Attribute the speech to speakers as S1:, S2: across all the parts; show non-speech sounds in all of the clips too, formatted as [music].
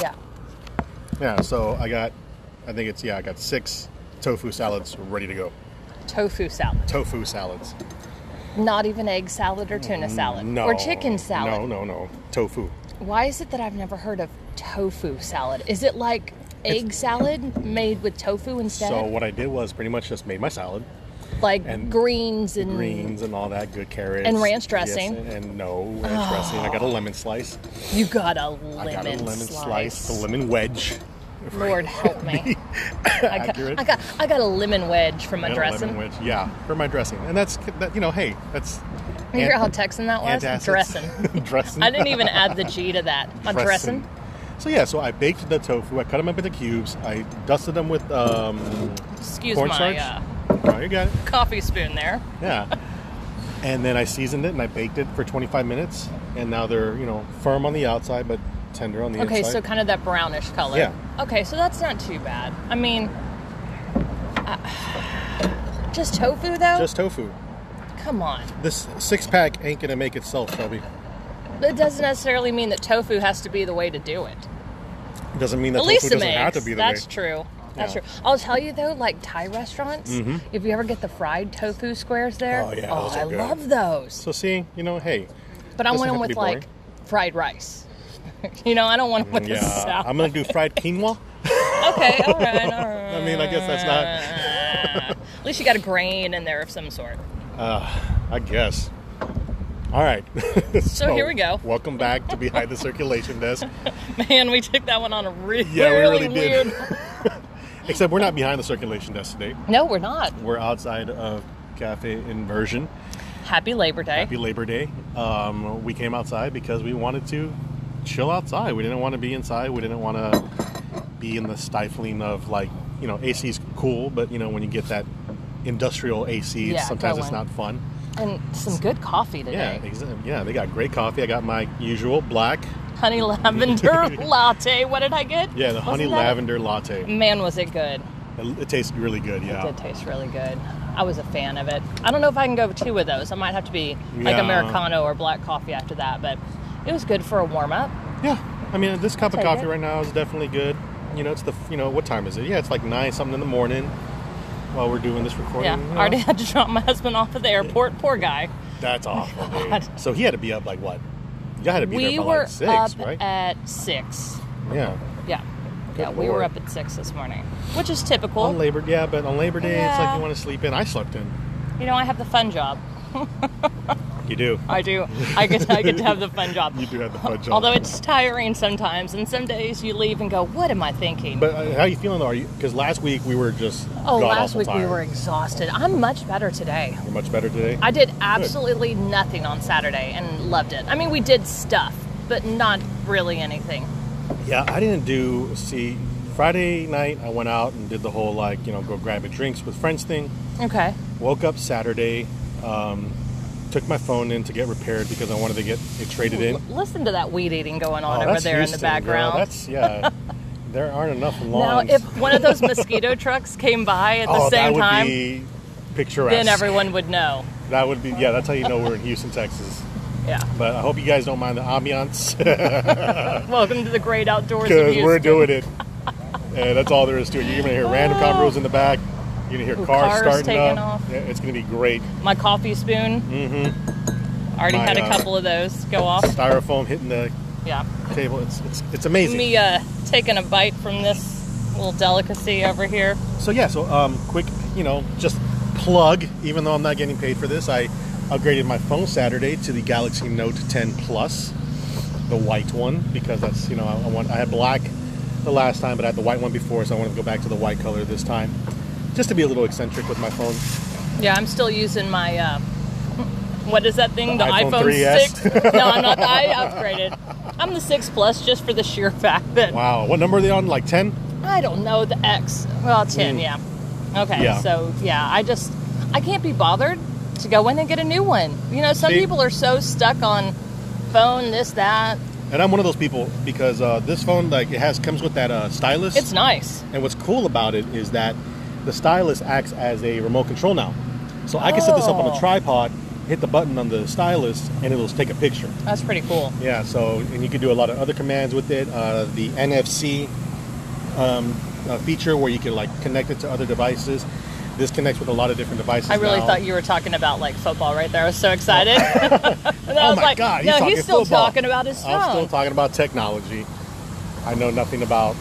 S1: Yeah.
S2: Yeah, so I got, I think it's, yeah, I got six tofu salads ready to go.
S1: Tofu salad.
S2: Tofu salads.
S1: Not even egg salad or tuna salad.
S2: Mm, No.
S1: Or chicken salad.
S2: No, no, no. Tofu.
S1: Why is it that I've never heard of tofu salad? Is it like egg salad made with tofu instead?
S2: So what I did was pretty much just made my salad,
S1: like
S2: and
S1: greens and
S2: greens and all that, good carrots.
S1: Mm. And ranch
S2: Yes,
S1: dressing.
S2: and, and no ranch dressing. I got a lemon slice.
S1: you got a lemon,
S2: I got a lemon
S1: slice.
S2: slice, a lemon wedge.
S1: Lord help
S2: [laughs]
S1: me. I got,
S2: Accurate.
S1: I got I got a lemon wedge from my
S2: And a
S1: dressing.
S2: lemon wedge. Yeah, for my dressing. And that's, that, you know, hey, that's.
S1: You hear
S2: ant-
S1: how Texan that was?
S2: antacids.
S1: Dressing.
S2: [laughs] dressing.
S1: I didn't even add the G to that. My dressing.
S2: So yeah, so I baked the tofu. I cut them up into cubes. I dusted them with um,
S1: Excuse my
S2: cornstarch.
S1: uh,
S2: Oh, you got it.
S1: coffee spoon there.
S2: Yeah. and then I seasoned it and I baked it for 25 minutes. And now they're you know firm on the outside but tender on the
S1: Okay, so
S2: inside.
S1: kind of that brownish color.
S2: Yeah.
S1: Okay, so that's not too bad. I mean, uh, just tofu though.
S2: just tofu.
S1: come on.
S2: This six pack ain't gonna make itself, Shelby.
S1: That doesn't necessarily mean that tofu has to be the way to do it.
S2: Doesn't mean that
S1: At least
S2: tofu
S1: some
S2: doesn't
S1: eggs.
S2: have to be the
S1: That's
S2: way.
S1: true. That's
S2: Yeah. Mm-hmm.
S1: true. I'll tell you though, like Thai restaurants, if you ever get the fried tofu squares there,
S2: Oh, yeah,
S1: oh
S2: those are
S1: I
S2: good.
S1: love those.
S2: So see, you
S1: [laughs]
S2: know, hey,
S1: But I
S2: doesn't
S1: want them with
S2: have to be
S1: like fried rice. [laughs] you know, I don't want them with a
S2: Mm, yeah,
S1: salad.
S2: I'm gonna do fried quinoa.
S1: okay, all right, all right.
S2: I mean, I guess that's not.
S1: At least you got a grain in there of some sort.
S2: I guess. All right. so,
S1: here we go.
S2: [laughs] Welcome back to Behind the
S1: [laughs]
S2: Circulation Desk.
S1: Man, we took that one on a really,
S2: Yeah, we really
S1: weird.
S2: did. [laughs] Except we're not behind the circulation desk today.
S1: [laughs] No, we're not.
S2: We're outside of Cafe Inversion.
S1: Happy Labor Day.
S2: Happy Labor Day. Um, we came outside because we wanted to chill outside. We didn't want to be inside. We didn't want to be in the stifling of like, you know, AC's cool, but you know, when you get that industrial AC,
S1: Yeah,
S2: sometimes it's
S1: going.
S2: not fun.
S1: and some good coffee
S2: Yeah,
S1: today.
S2: exa- yeah, they got great coffee. I got my usual black.
S1: Honey
S2: [laughs]
S1: lavender latte. What did I get?
S2: Yeah, the
S1: Wasn't
S2: honey
S1: that-
S2: lavender latte.
S1: Man, was it good.
S2: It, it tastes really good. Yeah.
S1: It did taste really good. I was a fan of it. I don't know if I can go two of those. I might have to be like
S2: Yeah.
S1: Americano or black coffee after that, but it was good for a warm up.
S2: Yeah, I mean, this cup of
S1: take
S2: coffee
S1: it.
S2: right now is definitely good. You know, it's the you know what time is it? Yeah, it's like nine something in the morning while we're doing this recording.
S1: Yeah.
S2: you know.
S1: I already [laughs] had to drop my husband off at the airport. Poor guy. [laughs]
S2: That's awful. dude.
S1: God.
S2: So he had to be up like what? You had to be
S1: we
S2: there by
S1: were
S2: like six,
S1: up
S2: right?
S1: at six.
S2: yeah.
S1: Yeah. yeah,
S2: Good
S1: we were
S2: lord.
S1: up at six this morning, which is typical.
S2: On Labor, yeah, but on Labor Day, it's like
S1: Yeah.
S2: you want to sleep in. I slept in.
S1: You know, I have the fun job.
S2: You do.
S1: I do. I get I get to have the fun job.
S2: [laughs] You do have the fudge. on.
S1: Although it's tiring sometimes, and some days you leave and go, "What am I thinking?"
S2: But uh, how you feeling though? Are you because last week we were just
S1: oh, last
S2: god-awful
S1: week we
S2: tired.
S1: were exhausted. I'm much better today.
S2: You're much better today.
S1: I did absolutely nothing on Saturday and loved it. I mean, we did stuff, but not really anything.
S2: Yeah, I didn't do. See, Friday night I went out and did the whole like you know go grab a drinks with friends thing.
S1: Okay.
S2: Woke up Saturday, um, took my phone in to get repaired because I wanted to get it traded in.
S1: L- listen to that weed eating going on
S2: Oh,
S1: over
S2: that's
S1: there in the
S2: Houston, girl.
S1: background. [laughs]
S2: That's yeah. there aren't enough
S1: now,
S2: lawns.
S1: if one of
S2: [laughs]
S1: those mosquito trucks came by at the
S2: oh, that
S1: same
S2: would
S1: time,
S2: be picturesque.
S1: then everyone would know.
S2: that would be yeah. That's how you know we're in Houston, Texas.
S1: Yeah.
S2: But I hope you guys don't mind the ambiance
S1: Welcome to the great outdoors. Of
S2: because
S1: Houston.
S2: we're doing it. And that's all there is to it. You're gonna hear random convos in the back. You're gonna hear
S1: Ooh,
S2: cars,
S1: cars
S2: starting
S1: taking
S2: up.
S1: off.
S2: Yeah, it's gonna be great.
S1: my coffee spoon. Mm-hmm. Already
S2: My,
S1: had a
S2: uh,
S1: couple of those go off.
S2: Styrofoam hitting the
S1: Yeah.
S2: table. It's it's, it's amazing.
S1: Me uh, taking a bite from this little delicacy over here.
S2: So yeah, so um, quick, you know, just plug. Even though I'm not getting paid for this, I upgraded my phone Saturday to the Galaxy Note 10 Plus, the white one, because that's you know I, I want I had black the last time, but I had the white one before, so I wanted to go back to the white color this time, just to be a little eccentric with my phone.
S1: Yeah, I'm still using my. Uh, what is that thing? The,
S2: The
S1: iPhone,
S2: iPhone 3S? [laughs]
S1: six? No, I'm not. I upgraded. I'm the six plus just for the sheer fact that
S2: Wow, what number are they on? Like 10?
S1: I don't know the X. Well, ten.
S2: Mm.
S1: Yeah. Okay.
S2: Yeah.
S1: So yeah, I just I can't be bothered to go in and get a new one. You know, some
S2: See?
S1: people are so stuck on phone this that.
S2: And I'm one of those people because uh, this phone like it has comes with that uh, stylus.
S1: It's nice.
S2: And what's cool about it is that the stylus acts as a remote control now. So I can set this up on a
S1: Oh.
S2: tripod, hit the button on the stylus, and it'll take a picture.
S1: That's pretty cool.
S2: Yeah, so and you can do a lot of other commands with it. Uh, the NFC um, uh, feature where you can like connect it to other devices. This connects with a lot of different devices.
S1: I really
S2: now.
S1: thought you were talking about like football right there. I was so excited. [laughs] and then I
S2: Oh [laughs]
S1: was
S2: my
S1: like,
S2: God, he's
S1: no,
S2: talking
S1: he's still
S2: football.
S1: talking about his phone.
S2: I'm still talking about technology. I know nothing about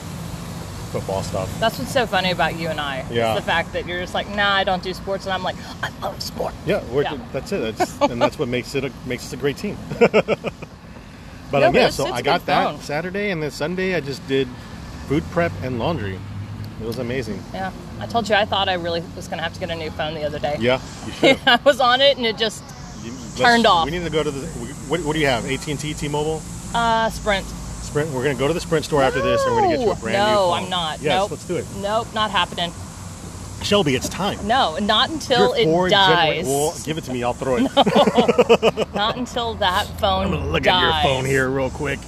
S2: football stuff.
S1: That's what's so funny about you and I. is
S2: Yeah.
S1: the fact that you're just like, nah, I don't do sports, and I'm like, I love sport.
S2: Yeah, we're,
S1: Yeah.
S2: that's
S1: [laughs]
S2: it. That's, and that's what makes it a, makes us a great team. [laughs] but
S1: No,
S2: um,
S1: but
S2: yeah,
S1: it's-
S2: so
S1: it's
S2: I
S1: a
S2: got
S1: good
S2: that
S1: phone.
S2: Saturday, and then Sunday I just did food prep and laundry. It was amazing.
S1: Yeah. I told you I thought I really was gonna have to get a new phone the other day.
S2: Yeah, you should. have.
S1: [laughs] I was on it, and it just
S2: You- let's-
S1: Turned off.
S2: We need to go to the. we- What, what do you have? AT and T, T-Mobile,
S1: uh, sprint.
S2: Sprint. We're gonna go to the Sprint store after this, and we're gonna get you a brand
S1: no,
S2: new.
S1: No,
S2: phone.
S1: I'm not.
S2: Yes,
S1: nope.
S2: let's do it.
S1: Nope, not happening.
S2: Shelby, it's time.
S1: No, not until
S2: Your four
S1: it
S2: genera-
S1: dies.
S2: well, give it to me. I'll throw it.
S1: Not until
S2: [laughs]
S1: that phone
S2: I'm gonna [laughs] look
S1: dies.
S2: at your phone here real quick.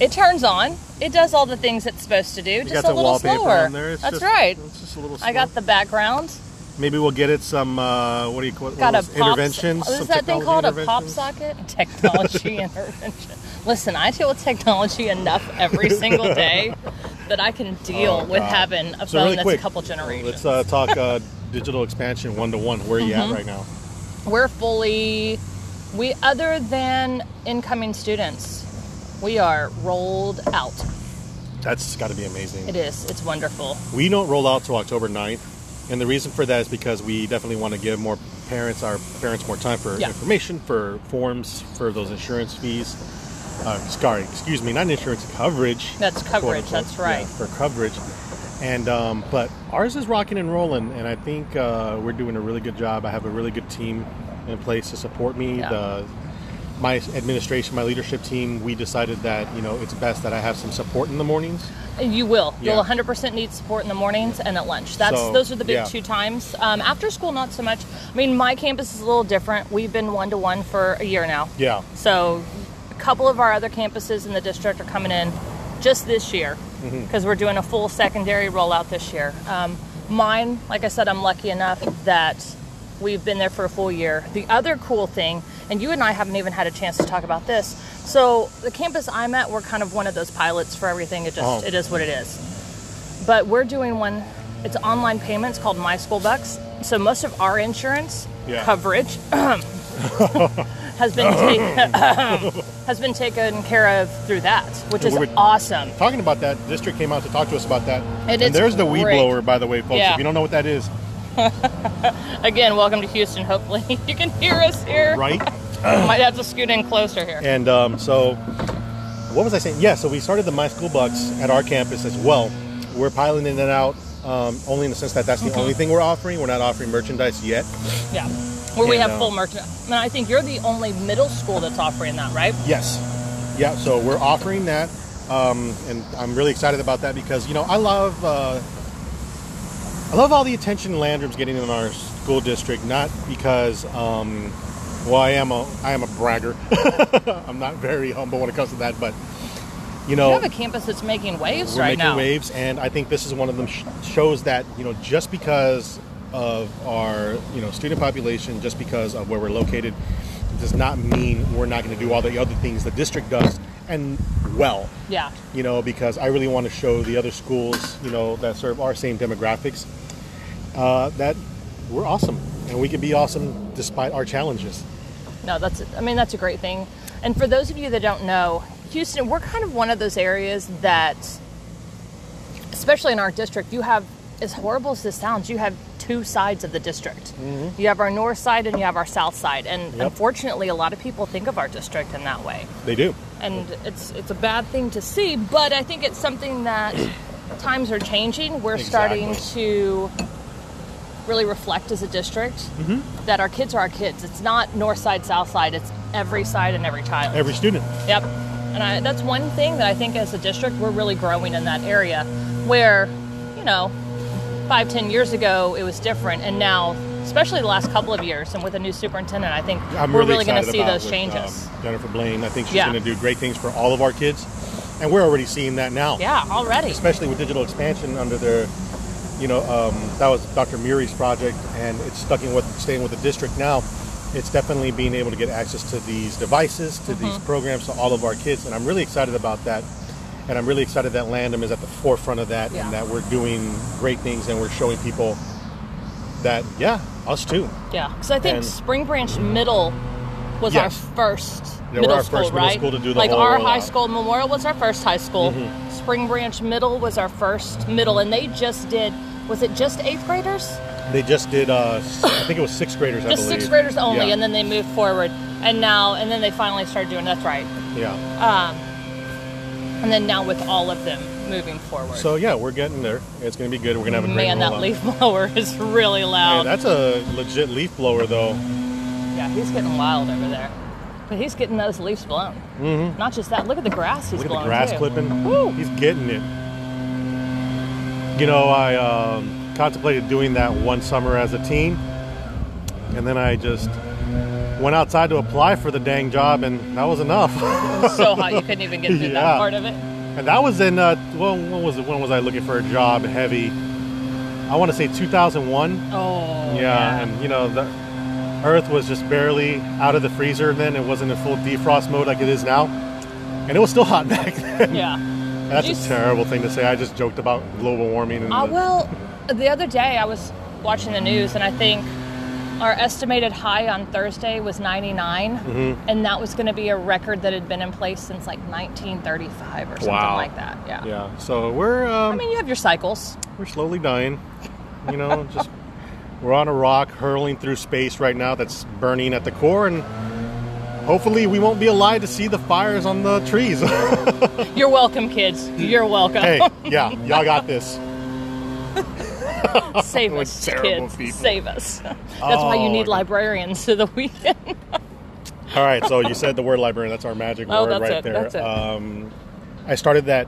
S1: It turns on. It does all the things it's supposed to do,
S2: You
S1: just
S2: got
S1: a
S2: the
S1: little
S2: wallpaper
S1: slower.
S2: on there. It's
S1: That's
S2: just-
S1: right.
S2: It's just a little.
S1: I got
S2: slow.
S1: the background.
S2: Maybe we'll get it some. Uh, what do you call it?
S1: got
S2: one
S1: a
S2: of those
S1: pop.
S2: interventions.
S1: What
S2: some
S1: is that thing
S2: technology
S1: called? A pop
S2: interventions?
S1: socket? Technology [laughs] intervention. Listen, I deal with technology enough every single day
S2: [laughs]
S1: that I can deal
S2: Oh,
S1: with
S2: God.
S1: having a
S2: So
S1: phone
S2: really
S1: that's
S2: quick,
S1: a couple generations.
S2: Let's uh, talk uh, digital expansion one to one. Where are you
S1: Mm-hmm.
S2: at right now?
S1: We're fully, we other than incoming students, we are rolled out.
S2: That's got to be amazing.
S1: It is. It's wonderful.
S2: We don't roll out till October 9th. And the reason for that is because we definitely want to give more parents, our parents, more time for
S1: Yeah.
S2: information, for forms, for those insurance fees. Uh, sorry, excuse me, not insurance coverage.
S1: That's
S2: quote,
S1: coverage,
S2: unquote.
S1: that's right.
S2: Yeah, for coverage. And um, but ours is rocking and rolling, and I think uh, we're doing a really good job. I have a really good team in place to support me.
S1: Yeah.
S2: The my administration, my leadership team, we decided that you know it's best that I have some support in the mornings.
S1: You will.
S2: Yeah.
S1: You'll 100% need support in the mornings and at lunch. That's
S2: So,
S1: those are the big
S2: yeah.
S1: two times. Um, after school, not so much. I mean, my campus is a little different. We've been one to one for a year now.
S2: Yeah,
S1: So, a couple of our other campuses in the district are coming in just this year
S2: Mm-hmm.
S1: because we're doing a full secondary rollout this year. Um, mine, like I said, I'm lucky enough that we've been there for a full year. The other cool thing, and you and I haven't even had a chance to talk about this. So, the campus I'm at, we're kind of one of those pilots for everything. It just
S2: Oh.
S1: it is what it is. But we're doing one. It's online payments called My School Bucks. So most of our insurance
S2: Yeah.
S1: coverage has been
S2: [laughs]
S1: ta- [laughs] has been taken care of through that, which is
S2: We were-
S1: awesome.
S2: talking about that. District came out to talk to us about that.
S1: It is
S2: there's the weed
S1: great.
S2: blower, by the way, folks.
S1: Yeah.
S2: If you don't know what that is,
S1: Again, welcome to Houston. Hopefully, [laughs] you can hear us here.
S2: right?
S1: Might have to scoot in closer here.
S2: and um, so, what was I saying? Yeah, so we started the My School Bucks at our campus as well. We're piloting it out um, only in the sense that that's the only thing we're offering. We're not offering merchandise yet.
S1: Yeah, where we
S2: And,
S1: have
S2: uh,
S1: full merchant. And I think you're the only middle school that's offering that, right?
S2: Yes. Yeah, so we're offering that. Um, and I'm really excited about that because, you know, I love. Uh, I love all the attention Landrum's getting in our school district, not because, um, well, I am a I am a bragger. [laughs] I'm not very humble when it comes to that, but you know,
S1: You have a campus that's making waves
S2: Oh. we're
S1: right
S2: making
S1: now.
S2: waves, and I think this is one of them sh- shows that you know just because of our you know student population, just because of where we're located, does not mean we're not going to do all the other things the district does and well.
S1: Yeah,
S2: You know, because I really want to show the other schools you know that serve our same demographics uh, that we're awesome and we can be awesome despite our challenges.
S1: No, that's I mean that's a great thing. And for those of you that don't know, Houston, we're kind of one of those areas that especially in our district, you have as horrible as this sounds, you have two sides of the district. You have our north side and you have our south side. And
S2: Yep.
S1: unfortunately, a lot of people think of our district in that way
S2: They do.
S1: and it's it's a bad thing to see, but I think it's something
S2: [clears throat]
S1: that times are changing. We're starting
S2: Exactly.
S1: to really reflect as a district
S2: Mm-hmm.
S1: that our kids are our kids. It's not north side, south side. It's every side and every child.
S2: Every student.
S1: Yep. And I, that's one thing that I think as a district we're really growing in that area where, you know, five, ten years ago it was different. And now, especially the last couple of years and with a new superintendent, I think
S2: I'm
S1: we're
S2: really,
S1: really going to
S2: excited
S1: see
S2: about
S1: those
S2: with,
S1: changes.
S2: um, Jennifer Blaine, I think she's
S1: Yeah.
S2: going to do great things for all of our kids, and we're already seeing that now.
S1: yeah, already.
S2: Especially with digital expansion under their you know, um, that was Dr. Muri's project, and it's stuck in with staying with the district now. It's definitely being able to get access to these devices, to these
S1: Mm-hmm.
S2: programs, to all of our kids, and I'm really excited about that. And I'm really excited that Landom is at the forefront of that,
S1: Yeah.
S2: and that we're doing great things, and we're showing people that, yeah, us too.
S1: Yeah, because I think
S2: And-
S1: Spring Branch Middle was
S2: Yes.
S1: our first
S2: They were
S1: middle
S2: our
S1: school,
S2: first middle
S1: right?
S2: school to do the
S1: like
S2: whole uh, Mm-hmm.
S1: our
S2: rollout.
S1: high school Memorial was our first high school. Spring Branch Middle was our first middle, and they just did. Was it just eighth graders?
S2: They just did, uh, s- I think it was sixth graders, I
S1: Just
S2: believe.
S1: sixth graders only,
S2: Yeah.
S1: and then they moved forward, and now and then they finally started doing. That's right,
S2: Yeah.
S1: and then now with all of them moving forward.
S2: So yeah, we're getting there. It's gonna be good. We're gonna have a great
S1: man, that
S2: rollout.
S1: leaf [laughs] blower is really
S2: Hey,
S1: loud.
S2: that's a legit leaf blower though.
S1: yeah, he's getting wild over there, but he's getting those leaves blown. Mm-hmm. Not just that. Look at the grass he's
S2: Look at
S1: blowing
S2: the grass
S1: too.
S2: clipping.
S1: Woo.
S2: He's getting it. You know, I um, contemplated doing that one summer as a teen, and then I just went outside to apply for the dang job, and that was enough. [laughs]
S1: so hot you couldn't even get through that
S2: Yeah.
S1: part of it.
S2: and that was in uh, well, when was it? When was I looking for a job? Heavy. I want to say 2001.
S1: Oh.
S2: Yeah, and you know the Earth was just barely out of the freezer then. It wasn't in full defrost mode like it is now, and it was still hot [laughs] back then.
S1: yeah.
S2: And That's
S1: You s-
S2: a terrible thing to say. I just joked about global warming. And
S1: Uh,
S2: the-
S1: well, the other day I was watching the news, and I think our estimated high on Thursday was 99,
S2: Mm-hmm.
S1: and that was going to be a record that had been in place since like 1935 or something
S2: Wow.
S1: like that. Yeah.
S2: yeah. So we're um,
S1: I mean, you have your cycles.
S2: we're slowly dying. You know, [laughs] just we're on a rock hurling through space right now. That's burning at the core, and hopefully we won't be alive to see the fires on the trees. [laughs]
S1: You're welcome, kids. You're welcome. [laughs]
S2: hey, yeah, y'all got this.
S1: Save
S2: We're
S1: us,
S2: terrible
S1: kids.
S2: people.
S1: Save us. That's why you
S2: Oh,
S1: need
S2: okay.
S1: librarians to the weekend. [laughs]
S2: All right, so you said the word librarian. That's our magic
S1: Oh,
S2: word
S1: that's
S2: right
S1: it,
S2: there.
S1: that's it.
S2: Um, I started that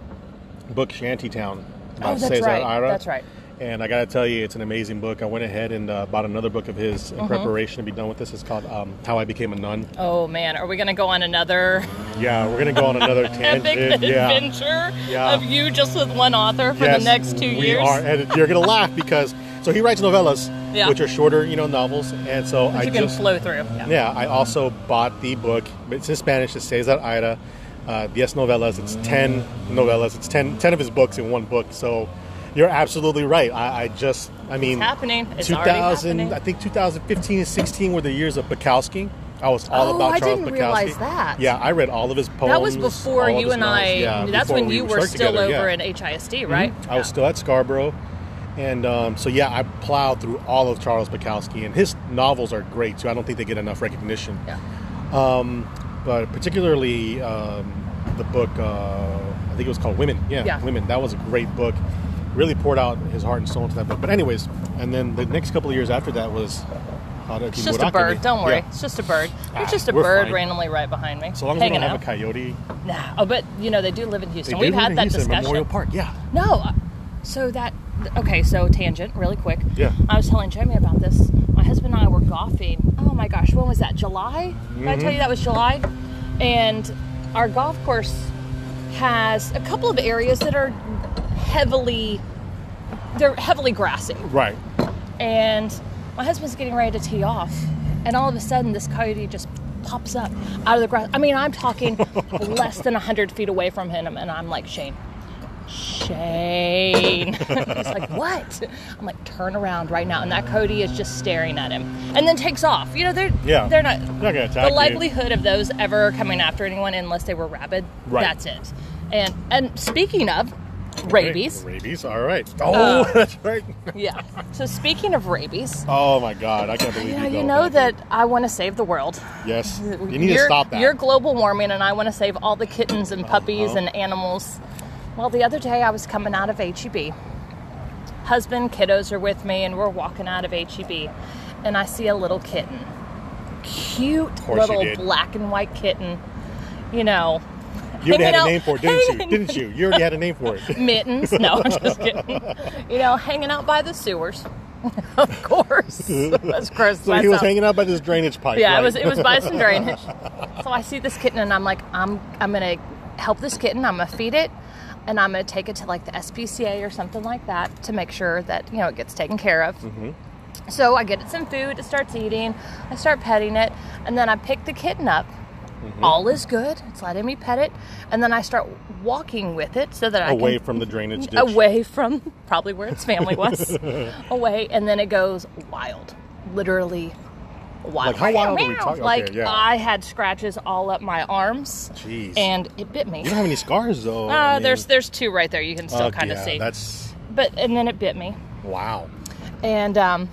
S2: book, Shantytown, by
S1: Oh, that's
S2: Cesar
S1: right,
S2: Ira.
S1: that's right.
S2: And I got to tell you, it's an amazing book. I went ahead and uh, bought another book of his
S1: Mm-hmm.
S2: in preparation to be done with this. It's called um, How I Became a Nun.
S1: Oh man, are we going to go on another?
S2: Yeah, we're going to go
S1: [laughs]
S2: on another
S1: epic
S2: tangent. yeah.
S1: adventure
S2: Yeah.
S1: of you just with one author for
S2: Yes,
S1: the next two
S2: we
S1: years.
S2: are. And you're going to laugh because, so he writes novellas,
S1: Yeah.
S2: which are shorter, you know, novels. And so I
S1: you can
S2: just,
S1: flow through. Yeah.
S2: Yeah, I also bought the book. It's in Spanish. It Cesar Ira, uh, Diez Novelas. It's 10 novellas. It's 10, 10 of his books in one book. So you're absolutely right. I, I just, I mean,
S1: happening. It's already
S2: 2000,
S1: happening.
S2: I think 2015 and 16 were the years of Bukowski. I was all
S1: Oh,
S2: about
S1: I
S2: Charles
S1: didn't
S2: Bukowski.
S1: realize that.
S2: Yeah, I read all of his poems.
S1: That was before
S2: all of
S1: you
S2: his
S1: and
S2: novels.
S1: I.
S2: Yeah,
S1: that's
S2: before
S1: when
S2: we
S1: you were
S2: started
S1: still
S2: together,
S1: over
S2: yeah. Mm-hmm.
S1: in HISD, right?
S2: I was
S1: Yeah.
S2: still at Scarborough, and um, so yeah, I plowed through all of Charles Bukowski, and his novels are great too. I don't think they get enough recognition,
S1: Yeah.
S2: but particularly um, the book uh, I think it was called Women. Yeah,
S1: Yeah.
S2: Women. That was a great book. Really poured out his heart and soul into that book. But anyways, and then the next couple of years after that was uh, How to
S1: It's just a bird. Don't worry. It's just a bird.
S2: Ah,
S1: There's just a
S2: we're
S1: bird
S2: fine.
S1: randomly right behind me,
S2: So long as we
S1: hanging
S2: don't have
S1: out.
S2: a coyote,
S1: Nah. Oh, but you know they do live in
S2: they
S1: Houston.
S2: do
S1: We've
S2: live
S1: had
S2: in
S1: that
S2: Houston,
S1: discussion.
S2: Memorial Park. Yeah,
S1: No. uh, So that okay. So tangent, really quick.
S2: Yeah.
S1: I was telling Jamie about this. My husband and I were golfing. Oh my gosh, when was that? July? Did I tell you that was July? And our golf course has a couple of areas that are heavily they're heavily grassy
S2: right.
S1: and my husband's getting ready to tee off and all of a sudden this coyote just pops up out of the grass i mean i'm talking
S2: [laughs]
S1: less than 100 feet away from him and i'm like shane shane [laughs] he's like what i'm like turn around right now and that coyote is just staring at him and then takes off you know they're
S2: Yeah.
S1: they're not
S2: They're not gonna attack
S1: the
S2: you.
S1: likelihood of those ever coming after anyone unless they were rabid
S2: Right.
S1: that's it and and speaking of rabies Uh.
S2: Rabies. All right. Oh, [laughs] that's right.
S1: yeah so speaking of rabies
S2: Oh my God, I can't believe
S1: yeah,
S2: you.
S1: you
S2: don't
S1: know
S2: think-
S1: that I want to save the world.
S2: Yes. You need
S1: you're,
S2: to stop that.
S1: You're global warming, and I want to save all the kittens and puppies
S2: Uh-huh.
S1: and animals. Well, the other day I was coming out of HEB. Husband, kiddos are with me, and we're walking out of HEB, and I see a little kitten. Cute
S2: course you
S1: little
S2: did.
S1: black and white kitten. You know,
S2: You already
S1: hanging
S2: had a
S1: out-
S2: name for it, didn't you?
S1: hanging-
S2: Didn't you? You already had a
S1: [laughs]
S2: name for it. [laughs]
S1: mittens. No, I'm just kidding. You know, hanging out by the sewers. [laughs] of
S2: [laughs]
S1: course. That's gross.
S2: So he was
S1: myself.
S2: hanging out by this drainage pipe.
S1: Yeah,
S2: right?
S1: it was it was by some drainage. so I see this kitten and I'm like, I'm I'm gonna help this kitten. I'm gonna feed it. and I'm going to take it to like the SPCA or something like that to make sure that you know it gets taken care of. So I get it some food, it starts eating, I start petting it, and then I pick the kitten up. All is good. It's letting me pet it, and then I start walking with it so that I
S2: [laughs] away
S1: can
S2: from the drainage ditch.
S1: away from probably where its
S2: [laughs]
S1: family was away and then it goes wild literally wild
S2: Like, how wild are we talking-
S1: like
S2: okay, yeah.
S1: i had scratches all up my arms
S2: Jeez.
S1: and it bit me
S2: You don't have any scars though.
S1: uh,
S2: I mean,
S1: there's there's two right there you can still
S2: fuck
S1: kind of
S2: yeah,
S1: see
S2: That's
S1: but and then it bit me
S2: wow.
S1: and um,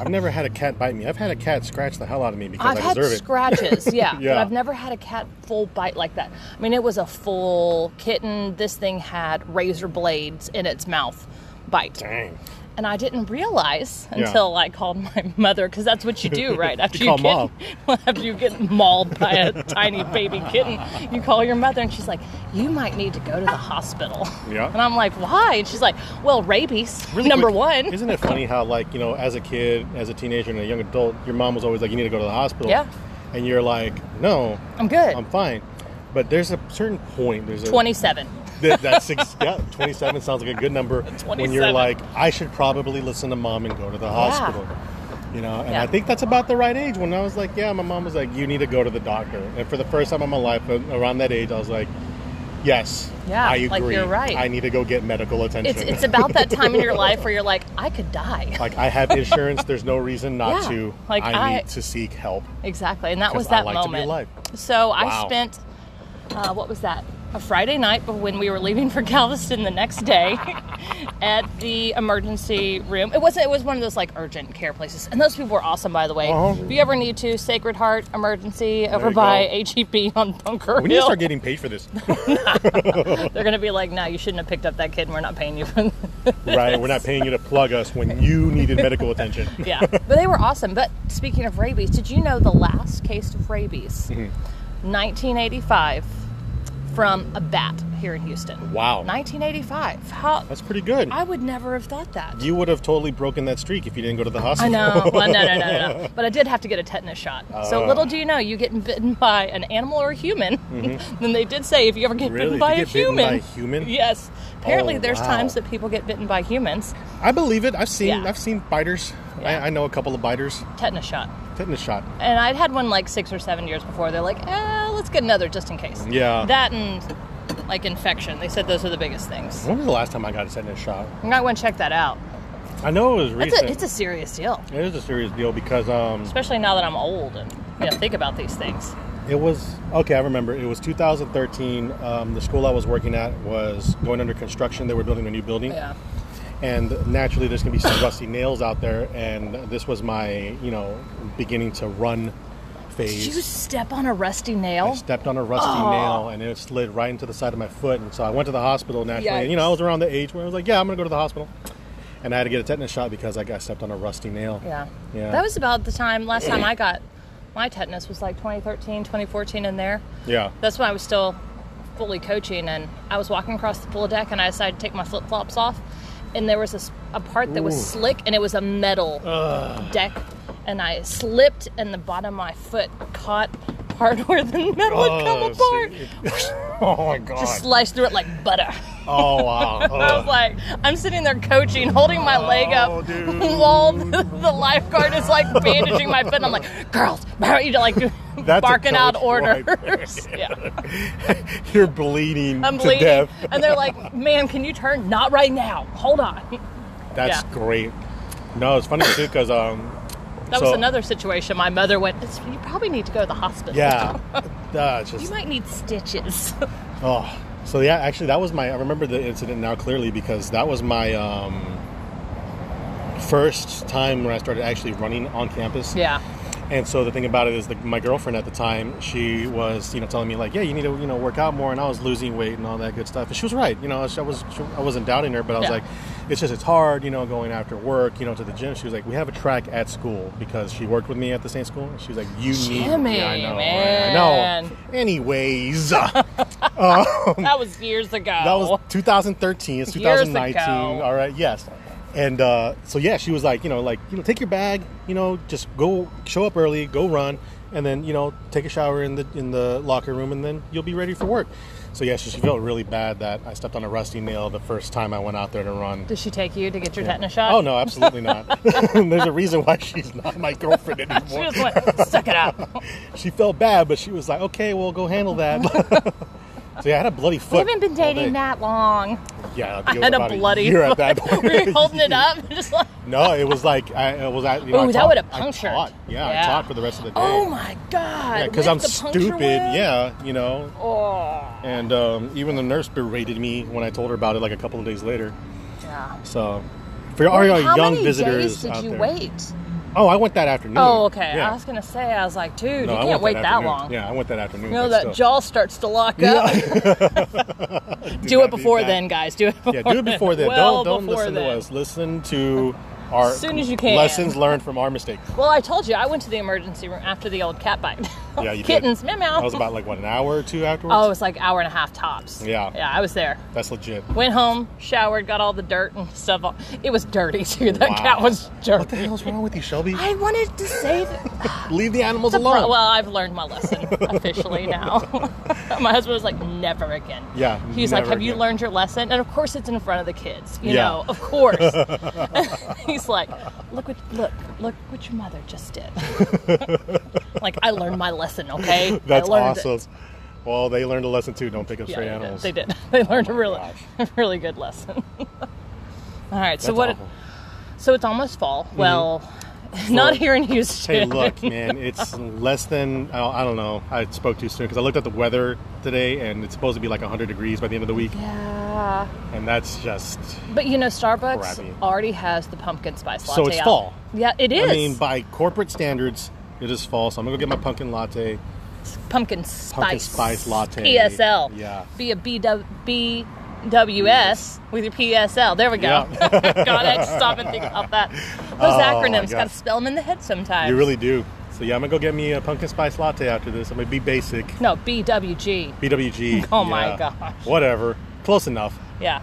S2: I've never had a cat bite me. I've had a cat scratch the hell out of me because
S1: i've
S2: I
S1: had
S2: deserve it. [laughs]
S1: scratches yeah,
S2: Yeah.
S1: but i've never had a cat full bite like that i mean it was a full kitten this thing had razor blades in its mouth bite
S2: Dang.
S1: and I didn't realize
S2: Yeah.
S1: until I called my [laughs] mother because that's what you
S2: [laughs]
S1: do, right? After
S2: call
S1: you [laughs]
S2: mom.
S1: get after you get mauled by
S2: [laughs]
S1: a tiny baby kitten, you call your mother, and she's like, "You might need to go to the hospital."
S2: Yeah.
S1: And I'm like, "Why?" And she's like, "Well, rabies, [laughs] number
S2: quick,
S1: one."
S2: Isn't it funny how like you know, as a kid, as a teenager, and a young adult, your mom was always like, "You need to go to the hospital."
S1: Yeah.
S2: And you're like, "No,
S1: I'm good.
S2: I'm fine." But there's a certain point. There's a
S1: 27.
S2: That, that's ex- yeah, 27 sounds like a
S1: [laughs]
S2: good number when you're
S1: 27.
S2: like, I should probably listen to mom and go to the hospital. You know, and
S1: Yeah.
S2: I think that's about the right age. When I was like, yeah, my mom was like, you need to go to the doctor. And for the first time in my life, a- around that age, I was like, yes,
S1: Yeah,
S2: I
S1: like,
S2: agree.
S1: you're right.
S2: I need to go get medical attention.
S1: It's it's about that time
S2: [laughs]
S1: in your life where you're like, I could die.
S2: like I have insurance. There's no reason not
S1: Yeah,
S2: to.
S1: like,
S2: I,
S1: I-
S2: need to seek help.
S1: Exactly, and that was
S2: 'Cause I
S1: that
S2: like to be
S1: moment.
S2: alive.
S1: So
S2: Wow.
S1: I spent uh, what was that? A Friday night, but when we were leaving for [laughs] Galveston the next day,
S2: [laughs]
S1: at the emergency room. It wasn't. It was one of those like urgent care places, and those people were awesome, by the way.
S2: Uh-huh.
S1: If you ever need to, Sacred Heart Emergency over
S2: you
S1: by
S2: go.
S1: HEB on Bunker
S2: We need to
S1: Hill.
S2: start getting paid for
S1: [laughs]
S2: this,
S1: They're gonna be like, "No, you shouldn't have picked up that kid. and We're not paying you for that."
S2: right? We're not paying you to plug us when you needed medical attention.
S1: yeah, [laughs] but they were awesome. But speaking of rabies, did you know the last case of rabies,
S2: Mm-hmm.
S1: 1985, from a bat here in Houston?
S2: Wow.
S1: 1985. How?
S2: That's pretty good.
S1: I would never have thought
S2: [laughs]
S1: that.
S2: You would have totally broken that streak if you didn't go to the
S1: I
S2: hospital.
S1: know. Well, no, no, no,
S2: [laughs]
S1: no, no. But I did have to get a tetanus shot.
S2: Oh.
S1: so little do you know, you get bitten by an animal or a human. [laughs] then they did say if you ever get
S2: Mm-hmm. Really?
S1: bitten
S2: If
S1: by
S2: you
S1: a
S2: get bitten
S1: human.
S2: by a human?
S1: Yes. Apparently,
S2: Oh,
S1: there's
S2: wow.
S1: times that people get bitten by humans.
S2: I believe it. I've seen.
S1: Yeah.
S2: I've seen biters.
S1: Yeah.
S2: I, I know a couple of biters.
S1: Tetanus shot.
S2: Tetanus shot.
S1: And I'd had one like six or seven years before. They're like, eh, let's get another just in case.
S2: Yeah.
S1: That and like infection. They said those are the biggest things.
S2: When was the last time I got a tetanus shot?
S1: You might want to check that out.
S2: I know it was
S1: It's
S2: recent.
S1: a, it's a serious deal,
S2: it is a serious deal because um,
S1: especially now that I'm old and you know, think about these things.
S2: it was okay. I remember it was 2013. Um, the school I was working at was going under construction. They were building a new building.
S1: Yeah.
S2: and naturally there's going to be some rusty nails out there and this was my you know beginning to run phase
S1: Did you step on a rusty
S2: I
S1: nail?
S2: stepped on a rusty nail and it slid right into the side of my foot. And so I went to the hospital naturally. And, you know, I
S1: Yikes.
S2: was around the age where I was like, yeah, I'm going to go to the hospital. And I had to get a tetanus shot because I got stepped on a rusty nail.
S1: Yeah.
S2: Yeah.
S1: That was about the time
S2: [clears throat]
S1: last time I got my tetanus was like 2013, 2014 in there.
S2: Yeah.
S1: That's when I was still fully coaching and I was walking across the pool deck and I decided to take my flip-flops off and there was a, s- a part that
S2: Ooh.
S1: was slick and it was a metal deck and I slipped and the bottom of my foot caught part [laughs] where the metal had come
S2: Oh,
S1: apart.
S2: see, it- [laughs] oh my God.
S1: Just sliced through it like butter.
S2: oh,
S1: [laughs]
S2: wow.
S1: I was
S2: Ugh.
S1: like, I'm sitting there coaching, holding my leg
S2: Oh,
S1: up
S2: dude.
S1: while [laughs] the, the lifeguard is like bandaging my foot. And I'm like, girls, you know, like
S2: [laughs] That's a
S1: barking out
S2: coach right there.
S1: orders. [laughs] yeah.
S2: You're bleeding
S1: I'm
S2: to
S1: bleeding.
S2: death.
S1: And they're like, ma'am, can you turn? Not right now. Hold on.
S2: That's
S1: Yeah.
S2: great. No, it's funny too because, um,
S1: That
S2: So-
S1: was another situation. My mother went, "It's- you probably need to go to the hospital. [laughs]
S2: yeah. Uh, it's just,
S1: You might need stitches.
S2: Oh, so yeah, actually, that was my. I remember the incident now clearly because that was my um, first time when I started actually running on
S1: [laughs]
S2: campus.
S1: yeah.
S2: And so the thing about it is, the, my girlfriend at the time, she was, you know, telling me like, yeah, you need to, you know, work out more, and I was losing weight and all that good stuff. And she was right, you know, I was, I was- I wasn't doubting her, but I was
S1: Yeah.
S2: like, it's just it's hard, you know, going after work, you know, to the gym. She was like, we have a track at school because she worked with me at the same school. She was like, you need,
S1: Jimmy,
S2: yeah, I know, I
S1: man.
S2: know. Anyways.
S1: That was years ago.
S2: That was 2013.
S1: [laughs]
S2: It's
S1: Years
S2: 2019.
S1: ago.
S2: All right. Yes. And uh, so yeah, she was like, you know, like you know, take your bag, you know, just go show up early, go run, and then you know, take a shower in the in the locker room, and then you'll be ready for work. So yeah, she, she felt really bad that I stepped on a rusty nail the first time I went out there to run.
S1: Did she take you to get your tetanus shot?
S2: Oh no,
S1: [laughs]
S2: absolutely not. [laughs] There's a reason why she's not my girlfriend
S1: She [laughs]
S2: anymore.
S1: just went, suck it
S2: [laughs]
S1: up.
S2: she felt bad, but she was like, okay, well, go handle that. [laughs] so yeah, I had a bloody
S1: We
S2: foot.
S1: haven't been
S2: all day.
S1: dating that long.
S2: Yeah,
S1: I
S2: think it was
S1: had a
S2: about
S1: bloody
S2: year at
S1: foot.
S2: that
S1: [laughs]
S2: point.
S1: Were you holding it up? [laughs] Just like,
S2: [laughs] No, it was like I it was. at- You know, I
S1: Ooh, that
S2: taught-
S1: would have
S2: I
S1: punctured.
S2: taught. Yeah,
S1: Yeah.
S2: I taught for the rest of the day.
S1: oh my god.
S2: Yeah, because
S1: with
S2: I'm
S1: the puncture
S2: stupid.
S1: wound?
S2: Yeah, you know.
S1: Oh.
S2: And um, even the nurse berated me when I told her about it, like a couple of days later.
S1: Yeah.
S2: So, for all
S1: Well,
S2: your
S1: how
S2: young
S1: many
S2: visitors
S1: days did
S2: out
S1: you
S2: there-
S1: wait?
S2: Oh, I went that afternoon.
S1: Oh, okay.
S2: Yeah.
S1: I was gonna say, I was like, dude,
S2: No, I
S1: you
S2: went
S1: can't wait that
S2: afternoon.
S1: long.
S2: Yeah, I went that afternoon.
S1: You know
S2: but
S1: that
S2: still.
S1: jaw starts to lock
S2: [laughs]
S1: up.
S2: Yeah.
S1: do,
S2: not
S1: it before
S2: do that.
S1: then, guys. Do it. Before
S2: Yeah, do it before
S1: [laughs]
S2: then.
S1: Well
S2: don't don't
S1: before
S2: listen
S1: then.
S2: to us. Listen to our
S1: As soon as you can.
S2: lessons learned from our mistakes.
S1: Well, I told you I went to the emergency room after the old cat bite. [laughs]
S2: Yeah, you did.
S1: Kittens, meow meow.
S2: That was about like what an hour or two afterwards.
S1: [laughs] oh, it was like hour and a half tops.
S2: Yeah.
S1: Yeah, I was there.
S2: that's legit.
S1: Went home, showered, got all the dirt and stuff. off. It was dirty too. That
S2: Wow.
S1: cat was dirty.
S2: What the hell's wrong with you, Shelby?
S1: I wanted to say that.
S2: Leave the animals
S1: The
S2: alone.
S1: pro- well, I've learned my lesson officially now. [laughs] my husband was like, never again.
S2: Yeah,
S1: He's like,
S2: never
S1: have you
S2: again."
S1: learned your lesson? And of course, it's in front of the kids. You
S2: Yeah.
S1: know, of
S2: [laughs]
S1: course. [laughs] He's like, look what look look what your mother just
S2: [laughs]
S1: did. like I learned my lesson. Okay,
S2: That's
S1: I learned it.
S2: awesome. Well, they learned a lesson too. Don't pick up
S1: Yeah,
S2: stray
S1: they did.
S2: animals. Oh
S1: They did. [laughs] They learned a
S2: my
S1: really
S2: gosh.
S1: [laughs] really good lesson. All right, so
S2: That's
S1: what?
S2: awful. Mm-hmm.
S1: So it's almost fall. Well, [laughs] not here in Houston.
S2: Hey, look, man, it's less than, I I don't know, I spoke too soon because I looked at the weather today and it's supposed to be like 100 degrees by the end of the week.
S1: [laughs] Yeah.
S2: And that's just,
S1: But you know, Starbucks
S2: Crappy.
S1: already has the pumpkin spice latte.
S2: So it's
S1: out.
S2: fall.
S1: Yeah, it is.
S2: I mean, by corporate standards, it is fall. So I'm going to go get my pumpkin latte.
S1: pumpkin spice.
S2: spice latte.
S1: PSL.
S2: Yeah.
S1: Be a BW, BWS with your PSL. There we go. [laughs] God, I had to stop and think about that. Those
S2: Oh, my
S1: acronyms,
S2: God.
S1: gotta spell them in the head sometimes.
S2: You really do. So yeah, I'm going to go get me a pumpkin spice latte after this. I'm going to be basic.
S1: No, BWG.
S2: BWG.
S1: [laughs] Oh, my
S2: yeah,
S1: gosh.
S2: Whatever. Close enough.
S1: Yeah.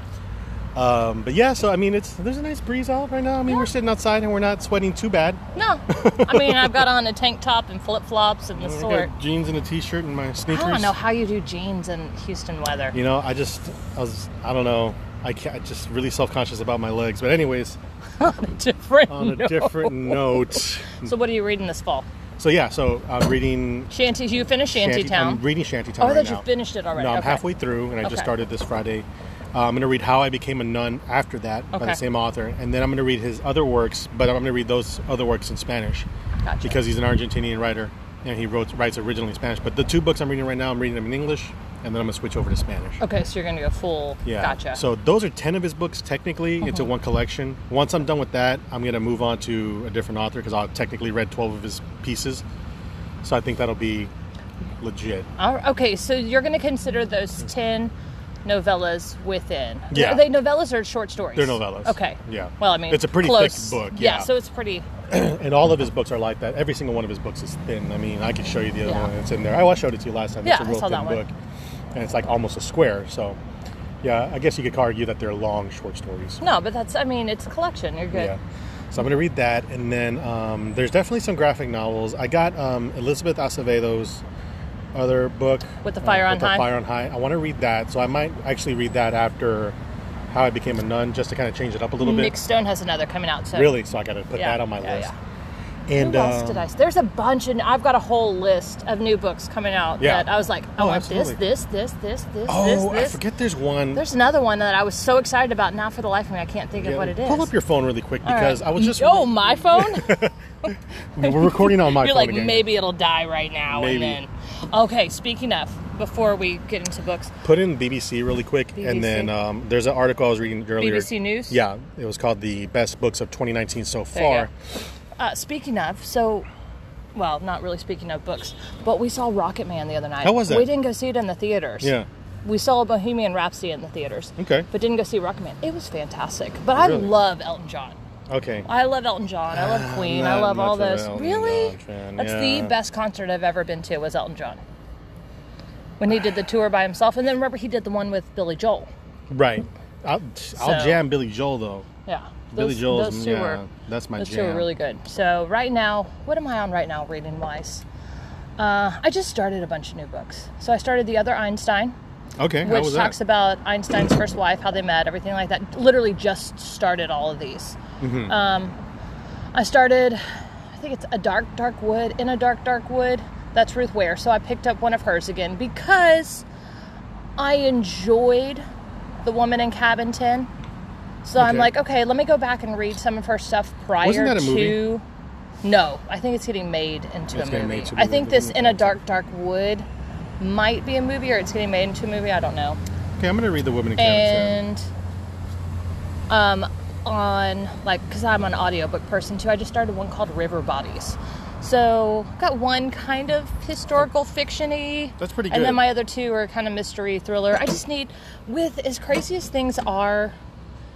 S2: Um, but yeah, so I mean, it's there's a nice breeze out right now. I mean, we're sitting outside and we're not sweating too bad.
S1: No. I mean, I've got on a tank top and flip flops and the
S2: I
S1: sort.
S2: got jeans and a t-shirt and my
S1: I
S2: sneakers.
S1: don't know how you do jeans in Houston weather.
S2: You know, I just I was I don't know. I can't, I just really self-conscious about my legs. But anyways,
S1: [laughs] Different.
S2: on
S1: [laughs]
S2: a different note.
S1: So, what are you reading this fall?
S2: So yeah, so I'm reading
S1: Shanty, you finished Shantytown.
S2: I'm reading Shantytown
S1: Oh, I
S2: right
S1: thought
S2: now.
S1: you finished it already.
S2: No, I'm
S1: Okay.
S2: halfway through, and I
S1: Okay.
S2: just started this Friday. Uh, I'm going to read How I Became a Nun after that by
S1: Okay.
S2: the same author, and then I'm going to read his other works, but I'm going to read those other works in Spanish
S1: Gotcha.
S2: because he's an Argentinian writer and he wrote, writes originally in Spanish. But the two books I'm reading right now, I'm reading them in English, and then I'm going to switch over to Spanish.
S1: Okay, so you're gonna go full.
S2: Yeah.
S1: Gotcha. Mm-hmm.
S2: So those are ten of his books technically into one collection. Once I'm done with that, I'm gonna move on to a different author because I've technically read twelve of his pieces. So I think that'll be legit.
S1: All right, okay, so you're gonna consider those ten novellas within.
S2: Mm. Yeah.
S1: Are they novellas or short stories?
S2: They're novellas.
S1: Okay.
S2: Yeah.
S1: Well, I mean,
S2: It's a pretty thick
S1: close.
S2: book, yeah.
S1: So it's pretty.
S2: And all of his books are like that. Every single one of his books is thin. I mean, I could show you the other
S1: Yeah.
S2: one that's in there. Oh, I showed it to you last time.
S1: Yeah,
S2: it's
S1: I
S2: a real
S1: saw
S2: thin
S1: that one.
S2: book, and it's like almost a square. So, yeah, I guess you could argue that they're long short stories.
S1: No, but that's. I mean, it's a collection. You're good.
S2: Yeah. So I'm going to read that, and then um, there's definitely some graphic novels. I got um, Elizabeth Acevedo's other book uh,
S1: With the Fire on
S2: with the
S1: High?
S2: Fire on High. I want to read that, so I might actually read that after How I Became a Nun, just to kind of change it up a little
S1: Nick Stone has another coming out. So
S2: bit. Really, so I got to put
S1: Yeah,
S2: that on my
S1: yeah,
S2: list.
S1: Who
S2: And
S1: else
S2: um,
S1: did I? There's a bunch, and I've got a whole list of new books coming out.
S2: Yeah.
S1: That I was like, I
S2: Oh,
S1: want
S2: absolutely.
S1: this, this, this, this, this,
S2: Oh,
S1: this,
S2: I
S1: this.
S2: forget. There's one.
S1: There's another one that I was so excited about. Now, for the life of me, I can't think
S2: Yeah,
S1: of what it is.
S2: Pull up your phone really quick
S1: All right.
S2: because I was just
S1: Oh, my
S2: [laughs]
S1: phone.
S2: we're
S1: [laughs]
S2: recording on my
S1: You're
S2: phone
S1: like,
S2: again.
S1: maybe it'll die right now.
S2: Maybe.
S1: And then, okay, speaking of, before we get into books,
S2: Put in BBC really quick,
S1: BBC.
S2: and then um, there's an article I was reading earlier.
S1: BBC News?
S2: Yeah, it was called "The Best Books of 2019 So
S1: There you
S2: Far."
S1: go. Uh, speaking of, so, well, not really speaking of books, but we saw Rocket Man the other night.
S2: How was that?
S1: We didn't go see it in the theaters.
S2: Yeah.
S1: We saw Bohemian Rhapsody in the theaters.
S2: Okay.
S1: But didn't go see Rocket Man. It was fantastic. But I
S2: Really?
S1: love Elton John.
S2: Okay.
S1: I love Elton John. I love
S2: Ah,
S1: Queen.
S2: not
S1: I love all
S2: much of an
S1: those.
S2: Elton
S1: Really?
S2: John fan,
S1: That's
S2: yeah.
S1: the best concert I've ever been to was Elton John. When he did the tour by himself, and then remember he did the one with Billy Joel.
S2: Right. I'll, I'll
S1: So-
S2: jam Billy Joel though.
S1: Yeah.
S2: Billy
S1: Those-
S2: Joel's,
S1: those two
S2: yeah,
S1: were-
S2: that's my
S1: Those two are
S2: jam.
S1: really good. So right now, what am I on right now, reading wise? Uh, I just started a bunch of new books. So I started The Other Einstein,
S2: Okay, how
S1: which
S2: was
S1: talks
S2: that?
S1: about Einstein's first wife, how they met, everything like that. Literally just started all of these.
S2: Mm-hmm.
S1: Um, I started, I think it's A Dark, Dark Wood, In a Dark, Dark Wood. That's Ruth Ware. So I picked up one of hers again because I enjoyed The Woman in Cabin 10. So I'm
S2: Okay.
S1: like, okay, let me go back and read some of her stuff prior
S2: Wasn't that a
S1: to.
S2: movie?
S1: No, I think it's getting made into
S2: It's
S1: a
S2: getting
S1: movie.
S2: made to a
S1: I think
S2: movie.
S1: this in a dark, dark wood might be a movie, or it's getting made into a movie. I don't know.
S2: okay, I'm gonna read the woman in Cabin
S1: And um, on like because I'm an audiobook person too, I just started one called River Bodies. So got one kind of historical fictiony.
S2: That's pretty
S1: And
S2: good.
S1: then my other two are kind of mystery thriller. I just need with as crazy as things are.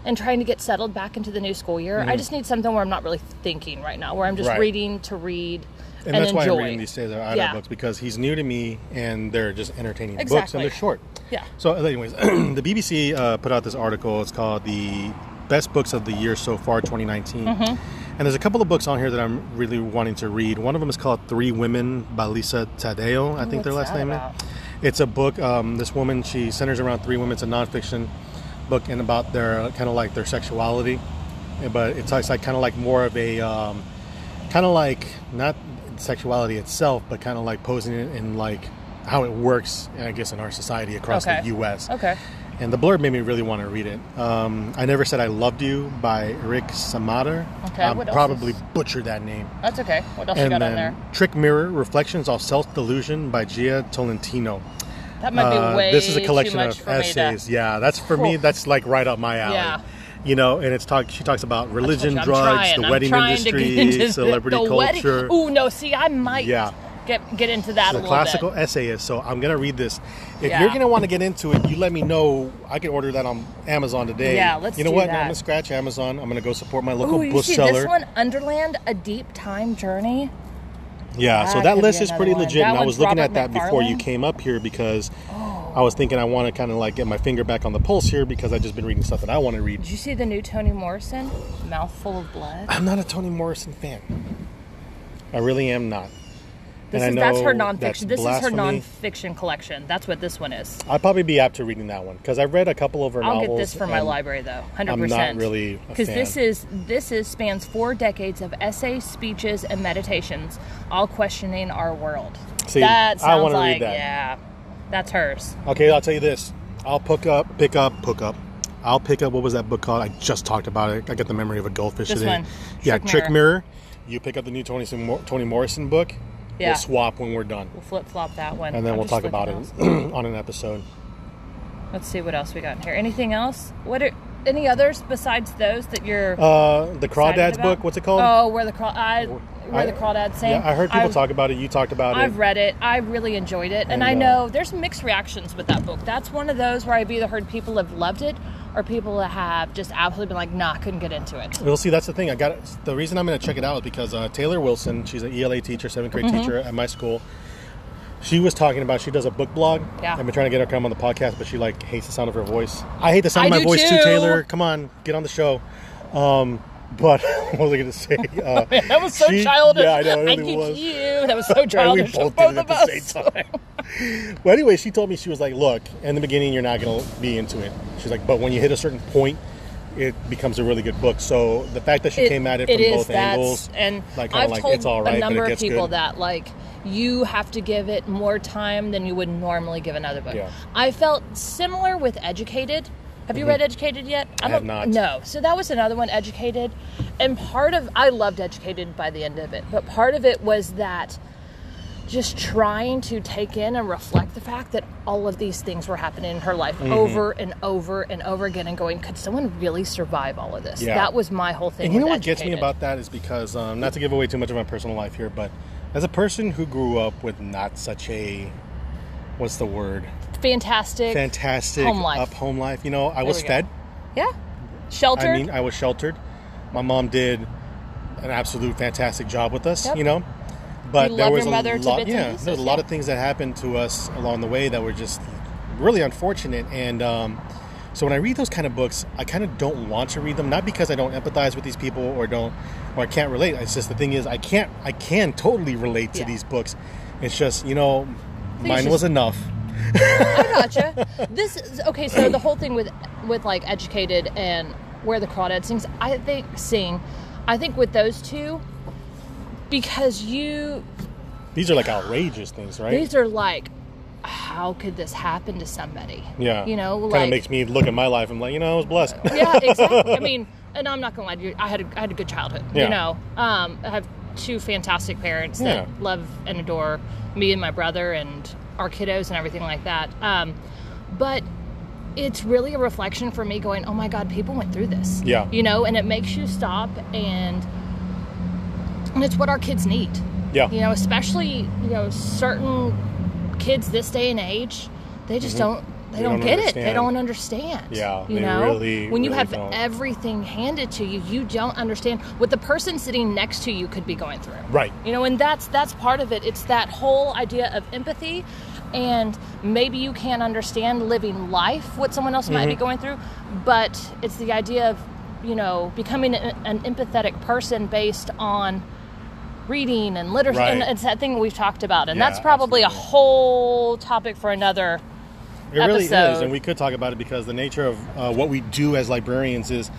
S1: And trying to get settled back into the new school year, I just need something where I'm not really thinking right now, where I'm just
S2: Mm-hmm. Right.
S1: reading to read and,
S2: And that's why
S1: enjoy.
S2: I'm reading these days are
S1: Yeah.
S2: audiobooks because he's new to me and they're just entertaining books
S1: Exactly.
S2: and they're short.
S1: Yeah.
S2: So, anyways, [clears throat] the BBC uh, put out this article. It's called "The Best Books of the Year So Far 2019,"
S1: Mm-hmm.
S2: and there's a couple of books on here that I'm really wanting to read. One of them is called Three Women" by Lisa Tadeo. I think their
S1: what's
S2: last
S1: that
S2: name. is.
S1: about?
S2: It's a book. Um, this woman she centers around three women. It's a nonfiction book and about their kind of like their sexuality, And- but it's, it's like kind of like more of a um, kind of like not sexuality itself, but kind of like posing it in like how it works, I guess, in our society across
S1: Okay.
S2: the U.S.
S1: Okay.
S2: And the blurb made me really want to read it. Um, I Never Said I Loved You by Rick Samader.
S1: Okay,
S2: I
S1: what else
S2: probably
S1: is-
S2: butchered that name.
S1: That's okay. What else you
S2: and
S1: got
S2: then
S1: on there?
S2: Trick Mirror Reflections on Self Delusion by Gia Tolentino.
S1: That might be
S2: Uh,
S1: way
S2: this is a
S1: too
S2: collection
S1: much
S2: of
S1: for me to-
S2: essays. Yeah, that's for me.
S1: Whew.
S2: That's like right up my alley.
S1: Yeah.
S2: You know, and it's talk. She talks about religion,
S1: I'm
S2: drugs,
S1: trying,
S2: the
S1: I'm
S2: wedding
S1: trying to get
S2: industry,
S1: into the-
S2: celebrity
S1: the wedding-
S2: culture.
S1: Ooh, no, see, I might
S2: Yeah.
S1: get get into that a
S2: the
S1: little
S2: classical
S1: bit.
S2: essayist. So I'm gonna read this. If
S1: Yeah.
S2: you're gonna want to get into it, you let me know. I can order that on Amazon today.
S1: Yeah, let's
S2: You know
S1: do
S2: what?
S1: that.
S2: I'm gonna scratch Amazon. I'm gonna go support my local
S1: Ooh, you see
S2: bookseller.
S1: this one, Underland: A Deep Time Journey.
S2: Yeah, so
S1: That
S2: that
S1: could
S2: list
S1: be
S2: is
S1: another
S2: pretty
S1: one.
S2: legit.
S1: That
S2: and I
S1: one's
S2: was looking
S1: Robert
S2: at that before you
S1: McFarlane? Oh.
S2: came up here because I was thinking I want to kind of like get my finger back on the pulse here because I've just been reading stuff that I want to read.
S1: Did you see the new Toni Morrison? Mouthful of Blood.
S2: I'm not a Toni Morrison fan. I really am not.
S1: This
S2: and
S1: is
S2: I know
S1: that's her nonfiction.
S2: that's
S1: this is her
S2: blasphemy.
S1: nonfiction collection. That's what this one is.
S2: I'd probably be apt to reading that one because I've read a couple of her
S1: I'll
S2: novels.
S1: get this for my
S2: and-
S1: library though, hundred
S2: I'm
S1: percent.
S2: not really a
S1: because
S2: fan.
S1: this is this is spans four decades of essays, speeches, and meditations, all questioning our world.
S2: See,
S1: that
S2: I
S1: sounds
S2: wanna read
S1: like
S2: that.
S1: yeah, that's hers.
S2: Okay, I'll tell you this. I'll pick up, pick up, pick up. I'll pick up. What was that book called? I just talked about it. I got the memory of a goldfish.
S1: This
S2: today.
S1: one,
S2: Yeah,
S1: Trick
S2: Trick Mirror. You pick up the new Tony Toni Morrison book.
S1: Yeah.
S2: We'll swap when we're done,
S1: We'll flip flop that one,
S2: and then
S1: I'm
S2: we'll
S1: just
S2: talk about it
S1: looking else.
S2: [clears throat] on an episode.
S1: Let's see what else we got in here. Anything else? What are any others besides those that you're?
S2: Uh, the
S1: excited
S2: Crawdads
S1: about?
S2: book. What's it called?
S1: Oh, where the craw I, where
S2: I-
S1: the crawdads sing.
S2: yeah, I heard people
S1: I've-
S2: talk about it. You talked about
S1: I've
S2: it.
S1: read it. I really enjoyed it, and,
S2: And,
S1: I
S2: uh,
S1: know there's mixed reactions with that book. That's one of those where I've either heard people have loved it, or people that have just absolutely been like, "Nah, couldn't get into
S2: [laughs]
S1: it."
S2: We'll see. That's the thing. I got the reason I'm going to check it out is because uh, Taylor Wilson, she's an ELA teacher, seventh grade
S1: Mm-hmm.
S2: teacher at my school. She was talking about she does a book blog.
S1: Yeah.
S2: I've been trying to get her to come on the podcast, but she like hates the sound of her voice. I hate the sound
S1: I
S2: of my
S1: do
S2: voice
S1: too.
S2: Taylor. Come on, get on the show. Um, but [laughs] what was I going to say?
S1: [laughs]
S2: Uh,
S1: That was so
S2: she-
S1: childish.
S2: Yeah, I know.
S1: [laughs]
S2: It really
S1: need
S2: was.
S1: you. That was so
S2: [laughs] And we
S1: childish.
S2: both
S1: of
S2: did
S1: both
S2: it at
S1: of
S2: the
S1: us.
S2: same time. [laughs] well, anyway, she told me she was like, "Look, in the beginning, you're not going to be into it." She's like, "But when you hit a certain point, it becomes a really good book." So the fact that she came at it from
S1: is,
S2: both
S1: that's-
S2: angles,
S1: And
S2: like kind
S1: I've
S2: of like
S1: told
S2: it's all right,
S1: a number
S2: but it
S1: of
S2: gets
S1: people
S2: good.
S1: that like you have to give it more time than you would normally give another book.
S2: Yeah. Mm-hmm.
S1: I felt similar with Educated. Have you read Educated yet? I,
S2: have
S1: don't-
S2: not.
S1: No. So that was another one, Educated, and part of I loved Educated by the end of it, but part of it was that just trying to take in and reflect the fact that all of these things were happening in her life
S2: Mm-hmm.
S1: over and over and over again and going could someone really survive all of this
S2: Yeah.
S1: that was my whole thing
S2: And you know
S1: with
S2: what gets me
S1: Educated.
S2: about that is because um, not to give away too much of my personal life here, but as a person who grew up with not such a what's the word
S1: fantastic.
S2: fantastic
S1: Home life.
S2: up home life, you know, I was
S1: we go.
S2: fed.
S1: yeah. Sheltered.
S2: I mean, I was sheltered. My mom did an absolute fantastic job with us,
S1: Yep.
S2: you know. But
S1: You
S2: there
S1: love
S2: was
S1: your
S2: a
S1: mother to
S2: lot,
S1: bits and
S2: yeah, there was
S1: pieces,
S2: a lot
S1: yeah.
S2: of things that happened to us along the way that were just really unfortunate. And um, So when I read those kind of books, I kind of don't want to read them, not because I don't empathize with these people or don't or I can't relate. It's just the thing is I can't I can totally relate to
S1: Yeah.
S2: these books. It's just, you know,
S1: it's
S2: mine was
S1: just-
S2: enough.
S1: I
S2: [laughs]
S1: gotcha. This is okay. So the whole thing with with like educated and where the crawdads sings. I think sing. I think with those two, because you
S2: These are like outrageous things, right?
S1: these are like, how could this happen to somebody?
S2: yeah.
S1: you know,
S2: kind
S1: like
S2: of makes me look at my life and like, you know, I
S1: [laughs]
S2: was blessed.
S1: yeah, exactly. I mean, and I'm not gonna lie to you. I had a, I had a good childhood.
S2: Yeah.
S1: You know, um, I have two fantastic parents that
S2: Yeah.
S1: love and adore me and my brother and our kiddos and everything like that. Um, but it's really a reflection for me going, oh my God, people went through this.
S2: Yeah.
S1: You know, and it makes you stop and and it's what our kids need
S2: yeah.
S1: you know especially you know certain kids this day and age they just don't they,
S2: Mm-hmm. They
S1: don't,
S2: don't
S1: get it they
S2: understand.
S1: don't understand
S2: Yeah,
S1: you
S2: they
S1: know
S2: really,
S1: when you
S2: really
S1: have
S2: don't.
S1: everything handed to you you don't understand what the person sitting next to you could be going through
S2: Right.
S1: you know and that's that's part of it it's that whole idea of empathy and maybe you can't understand living life what someone else might be
S2: Mm-hmm.
S1: going through but it's the idea of you know becoming an, an empathetic person based on reading and literacy and
S2: Right.
S1: it's that thing we've talked about and
S2: Yeah,
S1: that's probably
S2: absolutely.
S1: a whole topic for another
S2: It really is,
S1: episode.
S2: and we could talk about it because the nature of uh, what we do as librarians is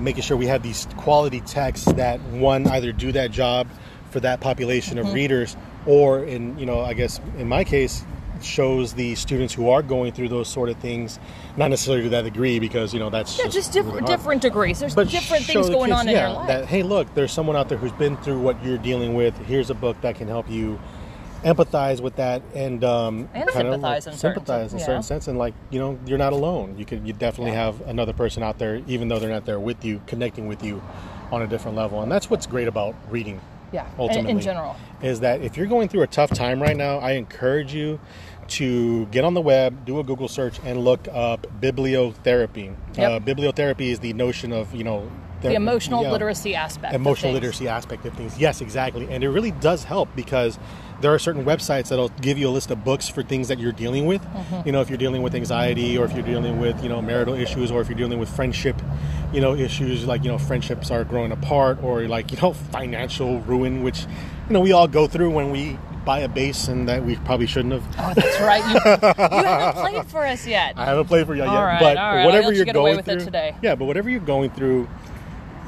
S2: making sure we have these quality texts that one either do that job for that population
S1: Mm-hmm.
S2: of readers, or in you know, I guess in my case, shows the students who are going through those sort of things, not necessarily to that degree because you know that's
S1: yeah just
S2: really
S1: different
S2: hard.
S1: different degrees there's
S2: But
S1: different
S2: show
S1: things
S2: the
S1: going
S2: kids,
S1: on in
S2: yeah,
S1: their life
S2: That, hey, look, there's someone out there who's been through what you're dealing with. Here's a book that can help you empathize with that and um,
S1: And
S2: of like
S1: sympathize in certain
S2: sympathize
S1: sen-
S2: in a
S1: yeah.
S2: certain sense. And like you know, you're not alone. You could you definitely have another person out there, even though they're not there with you, connecting with you on a different level. And that's what's great about reading.
S1: Yeah, in- in
S2: ultimately,
S1: general.
S2: is that if you're going through a tough time right now, I encourage you to get on the web, do a Google search, and look up bibliotherapy.
S1: Yep.
S2: Uh, bibliotherapy is the notion of you know
S1: the
S2: ther-
S1: emotional
S2: yeah,
S1: literacy aspect of
S2: emotional
S1: things.
S2: literacy aspect of things. Yes, exactly, and it really does help because there are certain websites that'll give you a list of books for things that you're dealing with. You know, if you're dealing with anxiety, or if you're dealing with you know marital issues, or if you're dealing with friendship, you know issues like you know friendships are growing apart, or like you know [laughs] financial ruin, which you know we all go through when we buy a base and that we probably shouldn't have.
S1: oh that's right you,
S2: [laughs]
S1: you haven't played for us yet
S2: I haven't played for y'all
S1: All
S2: yet,
S1: right,
S2: but
S1: all right. I'll
S2: whatever
S1: let you
S2: you're
S1: get away
S2: going
S1: with
S2: through
S1: it today.
S2: yeah, but whatever you're going through,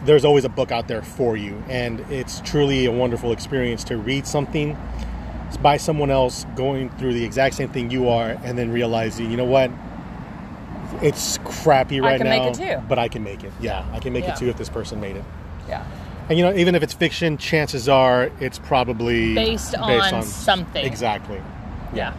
S2: there's always a book out there for you, and it's truly a wonderful experience to read something by someone else going through the exact same thing you are, and then realizing, you know what, it's crappy right
S1: can make
S2: now,
S1: it too.
S2: but I can make it. Yeah, I can make
S1: Yeah.
S2: it too if this person made it.
S1: yeah
S2: And you know, even if it's fiction, chances are it's probably
S1: Based on something.
S2: Exactly.
S1: yeah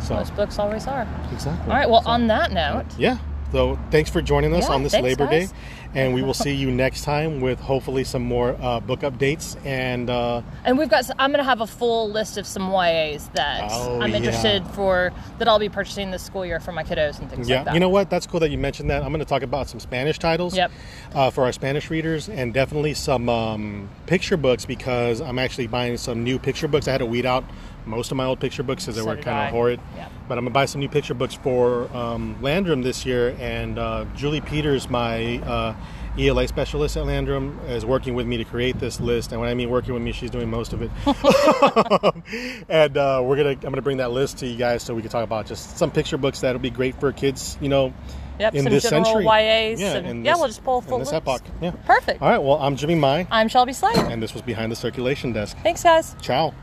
S2: So
S1: most books always are
S2: exactly.
S1: all right well
S2: So-
S1: on that note
S2: yeah. So thanks for joining us
S1: Yeah,
S2: on this
S1: thanks,
S2: Labor
S1: guys.
S2: Day, and
S1: [laughs]
S2: we will see you next time with hopefully some more uh, book updates. And uh,
S1: and we've got s- i'm gonna have a full list of some ys that
S2: Oh,
S1: i'm
S2: yeah.
S1: interested for that i'll be purchasing this school year for my kiddos and things
S2: yeah,
S1: like that
S2: you know what? That's cool that you mentioned that. I'm going to talk about some Spanish titles
S1: Yep.
S2: uh, for our Spanish readers, and definitely some um, picture books because I'm actually buying some new picture books. I had to weed out most of my old picture books because they
S1: So
S2: were
S1: did
S2: kind
S1: I.
S2: of horrid.
S1: Yeah.
S2: But I'm going to buy some new picture books for um, Landrum this year, and uh, Julie Peters, my uh, ELA specialist at Landrum, is working with me to create this list. And when I mean working with me, she's doing most
S1: [laughs]
S2: of it. [laughs] and uh, we're gonna, I'm gonna bring that list to you guys so we can talk about just some picture books that'll be great for kids. You know,
S1: Yep,
S2: in
S1: some
S2: this
S1: general
S2: century.
S1: YAs
S2: Yeah,
S1: and-
S2: in
S1: yeah,
S2: this-
S1: we'll just pull
S2: in
S1: full
S2: this
S1: lists.
S2: epoch. Yeah,
S1: Perfect.
S2: All right. Well, I'm Jimmy Mai,
S1: i'm shelby slade
S2: and this was behind the circulation desk.
S1: thanks guys
S2: Ciao.